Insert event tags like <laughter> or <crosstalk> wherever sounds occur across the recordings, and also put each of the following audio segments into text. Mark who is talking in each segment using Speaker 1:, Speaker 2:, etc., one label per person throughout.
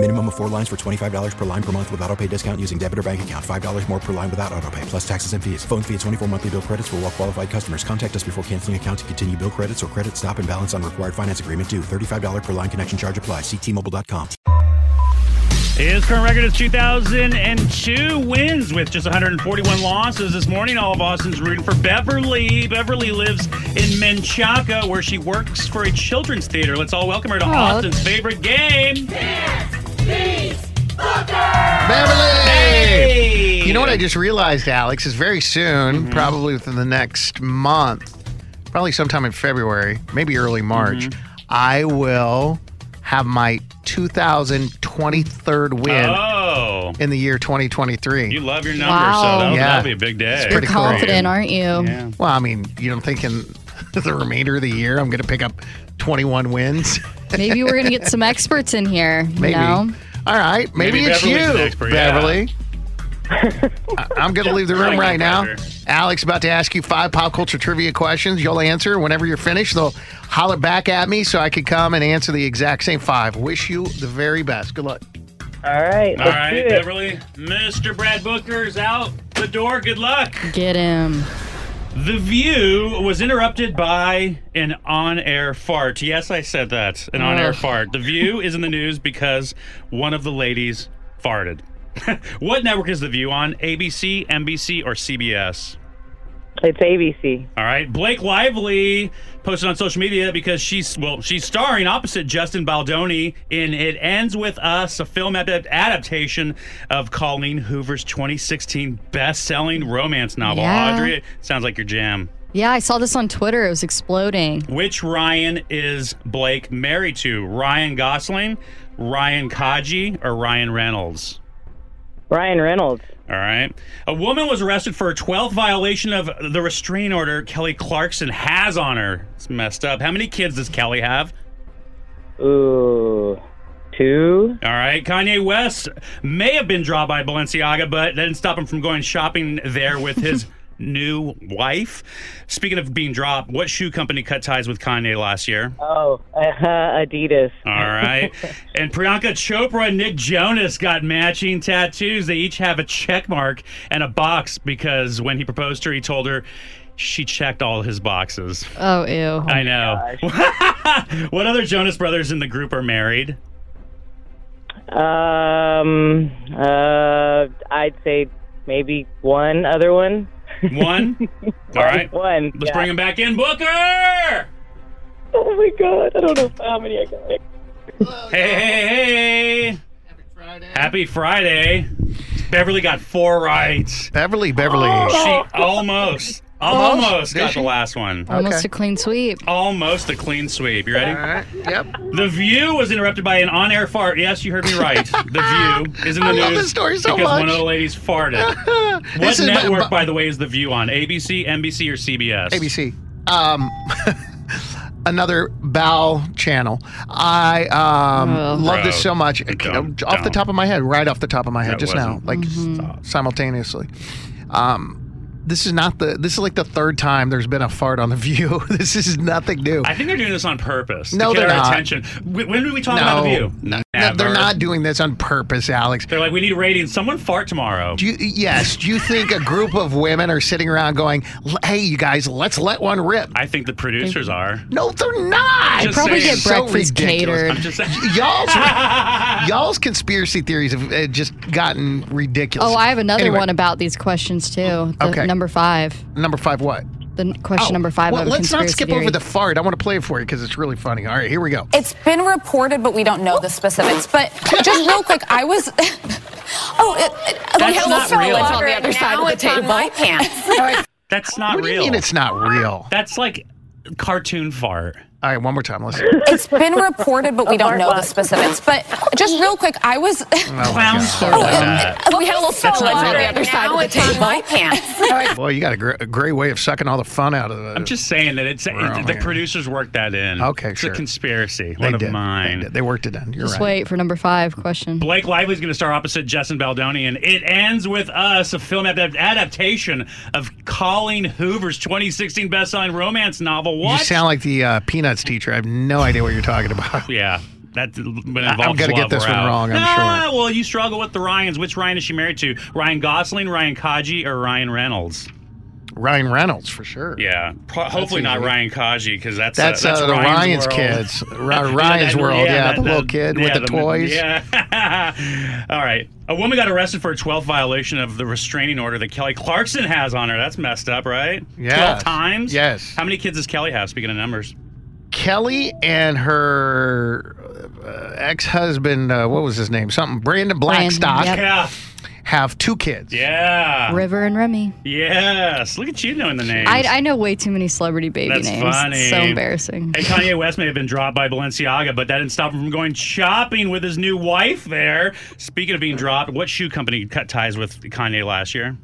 Speaker 1: Minimum of four lines for $25 per line per month with auto pay discount using debit or bank account. $5 more per line without auto pay, plus taxes and fees. Phone fee at 24 monthly bill credits for all well qualified customers. Contact us before canceling account to continue bill credits or credit stop and balance on required finance agreement due. $35 per line connection charge apply. Ctmobile.com.
Speaker 2: His current record is 2002 wins with just 141 losses. This morning, all of Austin's rooting for Beverly. Beverly lives in Menchaca, where she works for a children's theater. Let's all welcome
Speaker 3: Oh,
Speaker 2: her to Austin's favorite game.
Speaker 4: Beverly!
Speaker 2: Hey! Mm-hmm.
Speaker 4: You know what I just realized, Alex, is very soon, probably within the next month, probably sometime in February, maybe early March,
Speaker 2: Mm-hmm.
Speaker 4: I will have my 2023rd win
Speaker 2: Oh,
Speaker 4: in the year 2023.
Speaker 2: you love your number, so
Speaker 5: Wow.
Speaker 2: that'll,
Speaker 4: Yeah.
Speaker 2: that'll be a big day.
Speaker 4: pretty
Speaker 5: You're
Speaker 4: cool.
Speaker 5: confident, aren't you?
Speaker 2: Yeah.
Speaker 4: well, I mean, you don't think in <laughs> the remainder of the year I'm going to pick up 21 wins? <laughs>
Speaker 5: Maybe we're gonna get some experts in here.
Speaker 4: Maybe.
Speaker 5: You know?
Speaker 4: All right. Maybe,
Speaker 2: Maybe
Speaker 4: it's
Speaker 2: Beverly's
Speaker 4: you,
Speaker 2: an expert, yeah.
Speaker 4: Beverly. I- I'm going to leave the room
Speaker 2: Like
Speaker 4: right now.
Speaker 2: Beverly.
Speaker 4: Alex about to ask you five pop culture trivia questions. You'll answer whenever you're finished. They'll holler back at me so I could come and answer the exact same five. Wish you the very best. Good luck.
Speaker 3: All right,
Speaker 2: All
Speaker 3: let's
Speaker 2: right,
Speaker 3: do it.
Speaker 2: Beverly. Mr. Brad Booker's out the door. Good luck.
Speaker 5: Get him.
Speaker 2: The View was interrupted by an on air fart. Yes, I said that. An on air
Speaker 5: Ugh.
Speaker 2: fart. The View is in the news because one of the ladies farted. <laughs> what network is The View on? ABC, NBC, or CBS?
Speaker 3: It's ABC.
Speaker 2: All right. Blake Lively posted on social media because she's, well, she's starring opposite Justin Baldoni in It Ends With Us, a film ad- adaptation of Colleen Hoover's 2016 best selling romance novel.
Speaker 5: Yeah.
Speaker 2: Audrey, it sounds like your jam.
Speaker 5: Yeah, I saw this on Twitter. It was exploding.
Speaker 2: Which Ryan is Blake married to? Ryan Gosling, Ryan Kaji, or Ryan Reynolds?
Speaker 3: Ryan Reynolds.
Speaker 2: All right. A woman was arrested for a 12th violation of the restraining order Kelly Clarkson has on her. It's messed up. How many kids does Kelly have?
Speaker 3: Ooh, two.
Speaker 2: All right. Kanye West may have been dropped by Balenciaga, but that didn't stop him from going shopping there with his new wife. Speaking of being dropped, what shoe company cut ties with Kanye last year?
Speaker 3: Oh, <laughs> uh, Adidas.
Speaker 2: All right. and Priyanka Chopra and Nick Jonas got matching tattoos. They each have a check mark and a box because when he proposed to her, he told her she checked all his boxes.
Speaker 5: Oh ew.
Speaker 2: I know. <laughs> what other Jonas brothers in the group are married?
Speaker 3: Um, uh, I'd say maybe one other one.
Speaker 2: One. all
Speaker 3: <laughs>
Speaker 2: right.
Speaker 3: One.
Speaker 2: Let's
Speaker 3: yeah.
Speaker 2: bring him back in. Booker!
Speaker 3: Oh my god, I don't know how many I got.
Speaker 2: Hey, hey, hey. Happy Friday. Beverly got four right.
Speaker 4: Beverly, Beverly.
Speaker 2: She almost, almost
Speaker 4: Did
Speaker 2: got
Speaker 4: she?
Speaker 2: the last one.
Speaker 5: Almost
Speaker 4: Okay.
Speaker 5: a clean sweep.
Speaker 2: Almost a clean sweep. You ready?
Speaker 4: All right. Yep.
Speaker 2: The View was interrupted by an on-air fart. Yes, you heard me right. The View is in the
Speaker 4: I
Speaker 2: news
Speaker 4: love this story so
Speaker 2: because one
Speaker 4: much.
Speaker 2: of the ladies
Speaker 4: <laughs>
Speaker 2: farted. what
Speaker 4: This is my-
Speaker 2: network,
Speaker 4: my-
Speaker 2: by the way, is The View on? ABC, NBC, or CBS?
Speaker 4: ABC. Um, <laughs> another bow channel. I um,
Speaker 5: Oh.
Speaker 4: love this so much.
Speaker 2: Don't,
Speaker 4: off the
Speaker 2: don't.
Speaker 4: top of my head, right off the top of my head,
Speaker 2: That
Speaker 4: just
Speaker 2: wasn't-
Speaker 4: now, like
Speaker 5: Mm-hmm.
Speaker 4: simultaneously. Um, this is not the. This is like the third time there's been a fart on the <laughs> View. this is nothing new.
Speaker 2: I think they're doing this on purpose
Speaker 4: No,
Speaker 2: to get
Speaker 4: they're
Speaker 2: our
Speaker 4: not.
Speaker 2: attention. Wh- When did we talk about The View?
Speaker 4: no,
Speaker 2: Never.
Speaker 4: they're not doing this on purpose, Alex.
Speaker 2: They're like, we need ratings. Someone fart tomorrow.
Speaker 4: Do you, yes, do you think a group of women are sitting around going, "Hey, you guys, let's let one rip"?
Speaker 2: I think the producers are.
Speaker 4: No, they're not.
Speaker 2: Just
Speaker 5: Probably
Speaker 2: saying.
Speaker 5: get
Speaker 4: So
Speaker 5: breakfast
Speaker 4: ridiculous.
Speaker 5: catered.
Speaker 2: I'm just saying. <laughs>
Speaker 4: y'all's y'all's conspiracy theories have uh, just gotten ridiculous.
Speaker 5: Oh, I have another
Speaker 4: Anyway,
Speaker 5: one about these questions too. The
Speaker 4: Okay.
Speaker 5: number five.
Speaker 4: Number five, what? Oh,
Speaker 5: The n- question number five.
Speaker 4: Well,
Speaker 5: of a
Speaker 4: let's not
Speaker 5: conspiracy
Speaker 4: skip
Speaker 5: theory.
Speaker 4: over the fart. I want to play it for you because it's really funny. All right, here we go.
Speaker 6: It's been reported, but we don't know the specifics. But just real quick, I was. <laughs> Oh, it, it,
Speaker 2: That's
Speaker 6: okay,
Speaker 2: not
Speaker 6: so
Speaker 2: real.
Speaker 6: it's on the other side of the table. <laughs>
Speaker 2: That's not
Speaker 4: what do
Speaker 2: real.
Speaker 4: you mean it's not real?
Speaker 2: That's like cartoon fart.
Speaker 4: All right, one more time. oh Listen.
Speaker 6: It's been reported, but we don't know the specifics. But just real quick, I was. <laughs>
Speaker 4: Oh
Speaker 2: Clown story.
Speaker 6: we had a little spotlight on the other side of the table. My pants.
Speaker 4: Boy, you got a, gr- a great way of sucking all the fun out of it.
Speaker 2: I'm just saying that it's,
Speaker 4: We're all
Speaker 2: the
Speaker 4: here.
Speaker 2: producers worked that in.
Speaker 4: Okay,
Speaker 2: it's
Speaker 4: sure.
Speaker 2: a conspiracy.
Speaker 4: they
Speaker 2: One of
Speaker 4: did.
Speaker 2: mine.
Speaker 4: They, did. They worked it in. You're
Speaker 5: Just
Speaker 4: right.
Speaker 5: wait for number five question.
Speaker 2: Blake Lively's going to star opposite Justin Baldoni, and it ends with us a film ad- adaptation of Colleen Hoover's 2016 best-selling romance novel. What?
Speaker 4: You sound like the uh, Peanuts teacher. I have no idea what you're
Speaker 2: <laughs>
Speaker 4: talking about.
Speaker 2: yeah. That when
Speaker 4: I- I'm gonna get this one wrong, I'm
Speaker 2: sure. Ah, Well, you struggle with the Ryans. Which Ryan is she married to? Ryan Gosling, Ryan Kaji, or Ryan Reynolds?
Speaker 4: Ryan Reynolds, for sure.
Speaker 2: Yeah, Pro- hopefully not
Speaker 4: easy.
Speaker 2: Ryan Kaji because that's
Speaker 4: That's,
Speaker 2: uh, that's
Speaker 4: uh, the
Speaker 2: Ryan's,
Speaker 4: Ryan's
Speaker 2: world.
Speaker 4: kids. Ri-
Speaker 2: <laughs> Yeah,
Speaker 4: Ryan's
Speaker 2: that-
Speaker 4: world, yeah, the little kid with the toys.
Speaker 2: Yeah. <laughs> All right. A woman got arrested for a 12th violation of the restraining order that Kelly Clarkson has on her. That's messed up, right?
Speaker 4: Yes.
Speaker 2: 12 times?
Speaker 4: Yes.
Speaker 2: How many kids does Kelly have, speaking of numbers?
Speaker 4: Kelly and her uh, ex husband, uh, what was his name? Something, Brandon
Speaker 5: Brandon,
Speaker 4: Blackstock,
Speaker 5: yep.
Speaker 2: Yeah.
Speaker 4: have two kids.
Speaker 2: Yeah.
Speaker 5: River and Remy.
Speaker 2: Yes. Look at you knowing the names.
Speaker 5: I, I know way too many celebrity baby
Speaker 2: That's
Speaker 5: names.
Speaker 2: funny.
Speaker 5: It's so embarrassing.
Speaker 2: And Kanye West may have been dropped by Balenciaga, but that didn't stop him from going shopping with his new wife there. Speaking of being dropped, what shoe company cut ties with Kanye last year?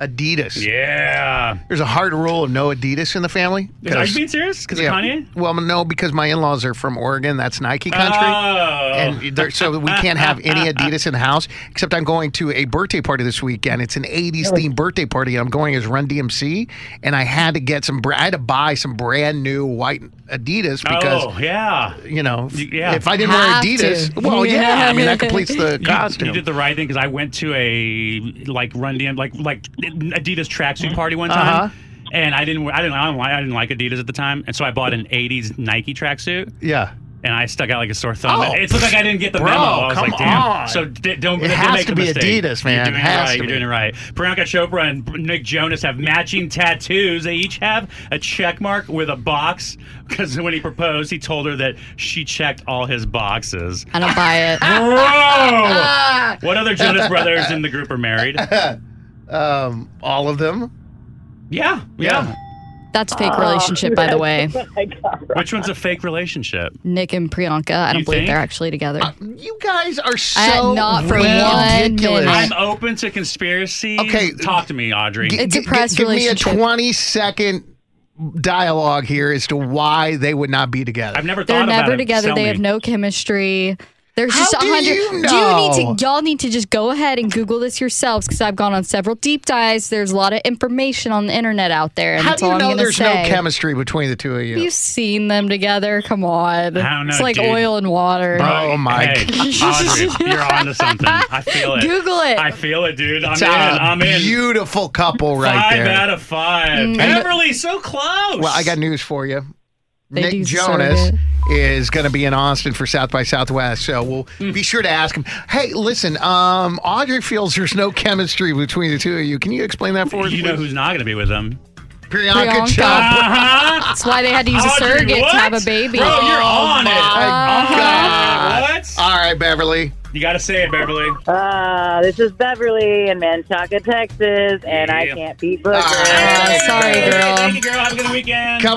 Speaker 4: Adidas.
Speaker 2: Yeah.
Speaker 4: There's a hard rule of no Adidas in the family.
Speaker 2: Are you
Speaker 4: 'cause-
Speaker 2: being serious? Because
Speaker 4: yeah.
Speaker 2: of Kanye?
Speaker 4: Well, no, because my in laws are from Oregon. That's Nike country.
Speaker 2: Oh.
Speaker 4: and they're- so we can't have any Adidas in the house. Except I'm going to a birthday party this weekend. It's an '80s themed birthday party. I'm going as Run DMC, and I had to get some. br- I had to buy some brand new white Adidas because.
Speaker 2: oh, yeah.
Speaker 4: You know,
Speaker 2: You- yeah.
Speaker 4: if I didn't wear
Speaker 5: Have
Speaker 4: Adidas,
Speaker 5: to.
Speaker 4: well, yeah. I
Speaker 5: <laughs>
Speaker 4: mean that completes the
Speaker 2: You-
Speaker 4: costume.
Speaker 2: You did the right thing because I went to a like Run DM like like Adidas
Speaker 4: Mm-hmm.
Speaker 2: tracksuit party one time,
Speaker 4: Uh-huh.
Speaker 2: and I didn't wear- I didn't I, don't, like- I didn't like Adidas at the time, and so I bought an '80s Nike tracksuit.
Speaker 4: yeah,
Speaker 2: and I stuck out like a sore thumb.
Speaker 4: Oh.
Speaker 2: It's like I didn't get the
Speaker 4: Bro,
Speaker 2: memo. I was
Speaker 4: come
Speaker 2: like, damn.
Speaker 4: on.
Speaker 2: So d- don't.
Speaker 4: It
Speaker 2: don't
Speaker 4: has
Speaker 2: make
Speaker 4: to
Speaker 2: a
Speaker 4: be
Speaker 2: mistake.
Speaker 4: Adidas, man.
Speaker 2: You're doing it
Speaker 4: Has
Speaker 2: right.
Speaker 4: to
Speaker 2: You're
Speaker 4: be.
Speaker 2: doing it right. Priyanka Chopra and Nick Jonas have matching tattoos. They each have a check mark with a box because when he proposed, he told her that she checked all his boxes.
Speaker 5: I don't buy
Speaker 4: <laughs>
Speaker 5: it.
Speaker 2: Bro, what other Jonas brothers in the group are
Speaker 4: <laughs>
Speaker 2: married?
Speaker 4: um, all of them.
Speaker 2: Yeah, yeah.
Speaker 5: That's fake
Speaker 4: Ah.
Speaker 5: relationship, by the way.
Speaker 3: Oh
Speaker 2: Which one's a fake relationship?
Speaker 5: Nick and Priyanka. I don't
Speaker 2: You
Speaker 5: believe
Speaker 2: think?
Speaker 5: they're actually together.
Speaker 4: You guys are so
Speaker 5: not for one
Speaker 4: ridiculous.
Speaker 5: minute.
Speaker 2: I'm open to conspiracy.
Speaker 4: Okay.
Speaker 2: talk to me, Audrey.
Speaker 4: G-
Speaker 5: It's a
Speaker 4: g-
Speaker 5: press
Speaker 4: give me a
Speaker 5: relationship.
Speaker 4: 20 second dialogue here as to why they would not be together.
Speaker 2: I've never
Speaker 5: They're
Speaker 2: thought about
Speaker 5: never
Speaker 2: it.
Speaker 5: together.
Speaker 2: Sell
Speaker 5: they
Speaker 2: me.
Speaker 5: have no chemistry. There's
Speaker 4: How
Speaker 5: just a
Speaker 4: do
Speaker 5: hundred.
Speaker 4: you know?
Speaker 5: need to? Y'all need to just go ahead and Google this yourselves because I've gone on several deep dives. There's a lot of information on the internet out there, and
Speaker 4: How
Speaker 5: that's
Speaker 4: do you
Speaker 5: all I'm
Speaker 4: know
Speaker 5: gonna
Speaker 4: there's
Speaker 5: say.
Speaker 4: no chemistry between the two of you?
Speaker 5: You've seen them together. Come on.
Speaker 2: I don't know,
Speaker 5: it's like
Speaker 2: dude.
Speaker 5: oil and water. <laughs>
Speaker 4: Oh my
Speaker 2: Hey, Audrey, you're onto something. I feel it.
Speaker 5: Google it.
Speaker 2: I feel it, dude. I'm
Speaker 4: It's
Speaker 2: in.
Speaker 4: a
Speaker 2: I'm in.
Speaker 4: beautiful couple right
Speaker 2: five
Speaker 4: there.
Speaker 2: out of five.
Speaker 5: Mm.
Speaker 2: Beverly, so close.
Speaker 4: well, I got news for you.
Speaker 5: They
Speaker 4: Nick
Speaker 5: do
Speaker 4: Jonas
Speaker 5: deserve
Speaker 4: is going to be in Austin for South by Southwest, so we'll
Speaker 5: Hmm.
Speaker 4: be sure to ask him. Hey, listen, um, Audrey feels there's no chemistry between the two of you. Can you explain that for us?
Speaker 2: You know
Speaker 4: please?
Speaker 2: who's not going to be with
Speaker 4: <laughs>
Speaker 2: them?
Speaker 4: Priyanka,
Speaker 5: Priyanka.
Speaker 4: Chopra.
Speaker 2: Uh-huh.
Speaker 5: That's why they had to use a
Speaker 2: Audrey,
Speaker 5: surrogate
Speaker 2: what?
Speaker 5: to have a baby. Oh
Speaker 2: Bro, you're on it.
Speaker 4: my
Speaker 5: Uh-huh.
Speaker 2: On it. What?
Speaker 4: All right, Beverly.
Speaker 2: You got to say it, Beverly.
Speaker 3: Uh, this is Beverly in Manchaca, Texas, and I
Speaker 2: Yeah.
Speaker 3: can't beat Booker.
Speaker 5: Ah, sorry,
Speaker 2: Hey,
Speaker 5: girl.
Speaker 2: Thank you, girl. Have a good weekend.
Speaker 4: Come-